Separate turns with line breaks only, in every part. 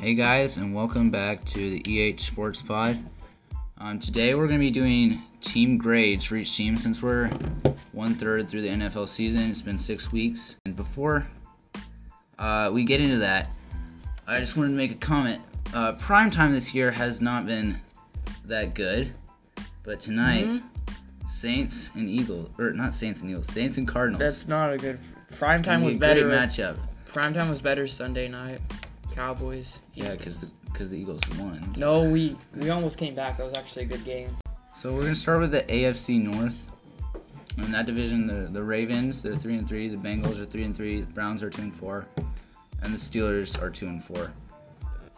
Hey guys, and welcome back to the EH Sports Pod. Um, today we're going to be doing team grades for each team since we're one third through the NFL season. It's been six weeks. And before uh, we get into that, I just wanted to make a comment. Uh, prime time this year has not been that good, but tonight,
Mm-hmm.
Saints and Eagles, or not Saints and Eagles, Saints and Cardinals.
That's not a good. Prime
Gonna
time
be
was
a
better.
Great matchup.
Prime time was better Sunday night. Cowboys.
Yeah, because the, 'cause the Eagles won.
No, we we almost came back. That was actually a good game.
So we're gonna start with the AFC North. In that division, the the Ravens they're three and three. The Bengals are three and three. The Browns are two and four, and the Steelers are two and four.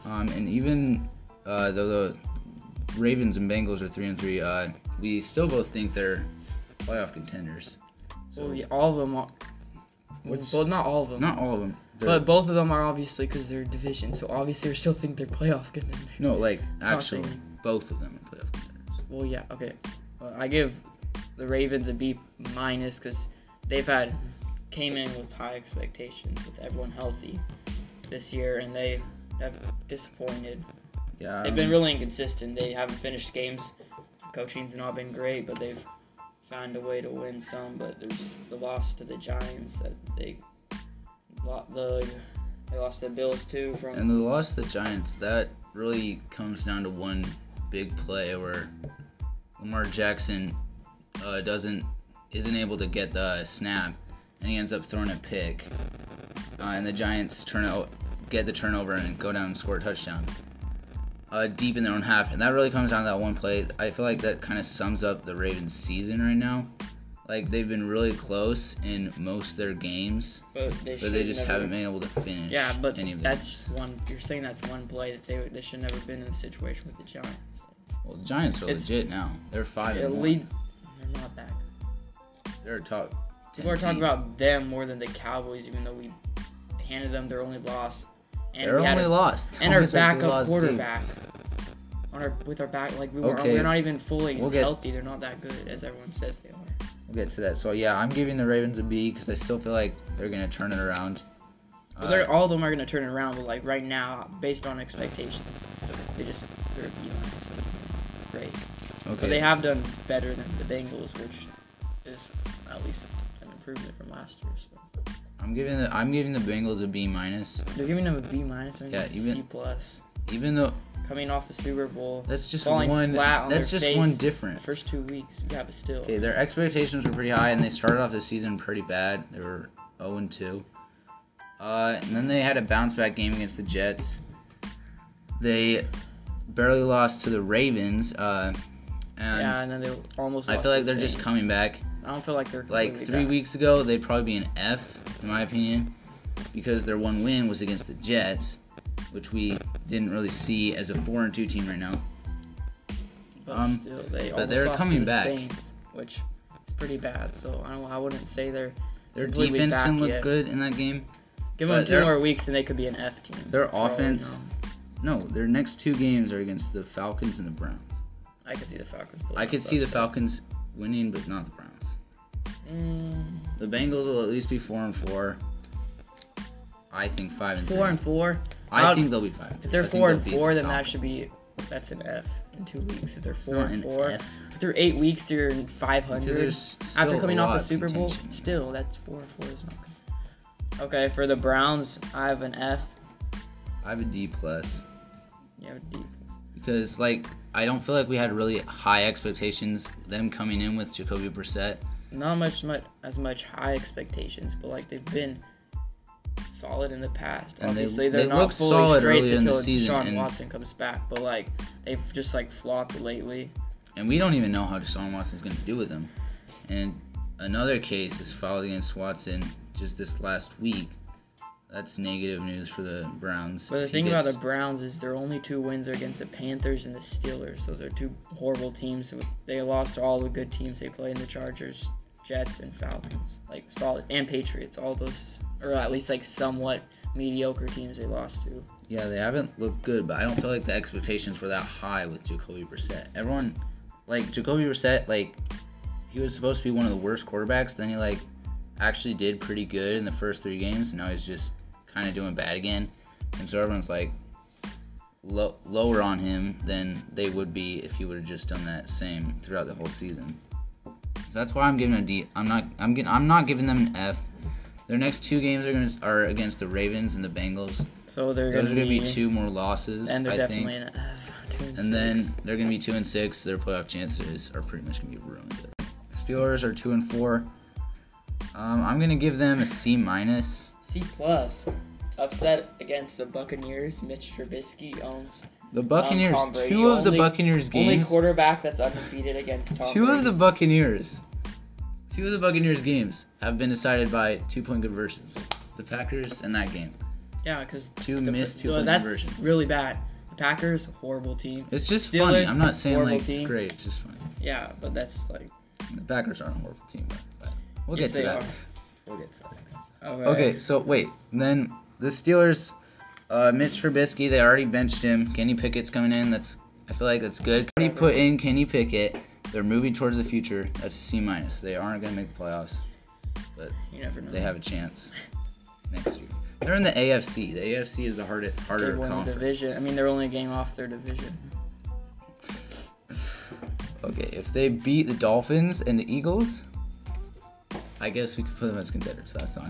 Um, and even uh, though the Ravens and Bengals are three and three, uh, we still both think they're playoff contenders. So
Well, we, all of them. Are,
What's-
well, not all of them.
not all of them,
but both of them are obviously because they're division. So obviously, we still think they're playoff contenders.
no, like
not
actually, both of them are playoff contenders.
Well, yeah. Okay. Uh, I give the Ravens a B minus because they've had came in with high expectations with everyone healthy this year, and they have disappointed.
Yeah,
They've
um,
been really inconsistent. They haven't finished games. Coaching's not been great, but they've found a way to win some. But there's the loss to the Giants that they lot the they lost the Bills too from.
And the loss to the Giants, that really comes down to one big play where Lamar Jackson uh, doesn't isn't able to get the snap, and he ends up throwing a pick, uh, and the Giants turn out get the turnover and go down and score a touchdown. Uh, deep in their own half, and that really comes down to that one play. I feel like that kind of sums up the Ravens' season right now. Like they've been really close in most of their games,
but they,
but they
should
just
never-
haven't been able to finish.
Yeah, but
any of them.
that's one. You're saying that's one play that they they should never been in the situation with the Giants.
Well, the Giants are
It's-
legit now. They're five.
It
and
leads. They're not that. good.
one. They're top.
People are talking about them more than the Cowboys, even though we handed them their only loss. And
They're
we had
only
a-
lost.
and our
Cowboys are the
backup
lost
quarterback. On our with our back, like we were,
Okay.
we're not even fully
We'll get-
healthy. They're not that good as everyone says they are.
Team. We'll get to that. So yeah, I'm giving the Ravens a B because I still feel like they're gonna turn it around.
But
Uh,
they're all of them are gonna turn it around, but like right now, based on expectations, they just they're you know, so great.
okay.
But they have done better than the Bengals, which is at least an improvement from last year. So.
I'm giving the I'm giving the Bengals a B minus.
They're giving them a B minus and
Yeah,
a
even-
C plus.
Even though
Coming off the Super Bowl,
that's just
Falling
one.
flat on
that's
their
just
face
one difference.
first two weeks, yeah, but still.
Okay, their expectations were pretty high, and they started off the season pretty bad. They were 0 and 2. Uh, and then they had a bounce back game against the Jets. They barely lost to the Ravens. Uh, and
yeah, and then they almost.
um, I feel
lost to
like
the
they're just
Saints.
coming back.
I don't feel like they're
Like
completely
three
back.
weeks ago, they'd probably be an F, in my opinion, because their one win was against the Jets, which we didn't really see as a 4 and 2 team right now.
But
um,
still, they
but
almost
they're
lost
coming
to the
back.
Saints, which is pretty bad. So I don't. I wouldn't say they're.
Their
Completely
defense
back
didn't look
yet.
good in that game.
Give
But
them two
they're-
more weeks and they could be an F team.
Their
for all we
offense-
know.
No, their next two games are against the Falcons and the Browns.
I could see the Falcons.
I
pulling
could
off
see the
upset.
Falcons winning, but not the Browns.
Mm,
The Bengals will at least be four and four. I think five and
four
three.
and four.
I
I'd-
think they'll be five. and three.
If they're
I think
four
they'll
and
beat the
four, then that
Falcons.
should be that's an F in two weeks. If they're
It's
four
not
and
an
four,
F,
if they're eight weeks, they're in five
because
hundred.
there's s-
After
still
coming
a
off
lot
the
of
Super Bowl,
contention.
still that's four and four is not good. Okay, for the Browns, I have an F.
I have a D plus
You have a D.
because like I don't feel like we had really high expectations. Them coming in with Jacoby Brissett,
Not much, much as much high expectations, but like they've been solid in the past.
And they-
Obviously,
they
are not
looked
fully
solid
straight
earlier in the
until
season,
Sean
and-
Watson comes back, but like they've just like flopped lately.
and we don't even know how Deshaun Watson's going to do with them. And another case is filed against Watson just this last week. That's negative news for the Browns.
But the
If he
thing about
gets-
the Browns is their only two wins are against the Panthers and the Steelers. Those are two horrible teams. with- They lost to all the good teams they played in the Chargers, Jets, and Falcons. Like solid and Patriots. All those, or at least like somewhat mediocre teams they lost to.
Yeah, they haven't looked good, but I don't feel like the expectations were that high with Jacoby Brissett. Everyone, like Jacoby Brissett, like he was supposed to be one of the worst quarterbacks. Then he like actually did pretty good in the first three games. And now he's just kind of doing bad again, and so everyone's like, lo- lower on him than they would be if he would have just done that same throughout the whole season. So that's why I'm giving a D. I'm not. I'm getting. I'm not giving them an F. Their next two games are going to are against the Ravens and the Bengals.
So they're
Those are
gonna
going to be two more losses.
And they're
I think.
definitely an F. two
And then
six.
they're going to be two and six. Their playoff chances are pretty much going to be ruined. Steelers are two and four. Um, I'm going to give them a C minus.
C plus. Upset against the Buccaneers. Mitch Trubisky owns
The Buccaneers.
Tom Brady,
two of the
only-
Buccaneers
only
games.
quarterback that's undefeated against Tom.
Two of
Brady.
the Buccaneers. Two of the Buccaneers games have been decided by two point conversions. The Packers and that game.
yeah, because
Two missed two point
that's
conversions.
really bad. The Packers horrible team.
it's just
Steelers,
funny. I'm not saying
horrible
like
team.
it's great. It's just funny.
Yeah, but that's like
The Packers aren't a horrible team, but, but we'll
yes,
get to
they
that.
are.
We'll get to that.
Okay.
Okay, so wait. Then the Steelers, uh, Mitch Trubisky, they already benched him. Kenny Pickett's coming in. That's I feel like that's good. Already put in Kenny Pickett. They're moving towards the future. That's a C minus. They aren't gonna make the playoffs.
You never know.
they have a chance next year. They're in the AFC. The AFC is a harder,
they
harder
won the
conference.
division. I mean, they're only a game off their division.
Okay, if they beat the Dolphins and the Eagles, I guess we could put them as contenders. That's not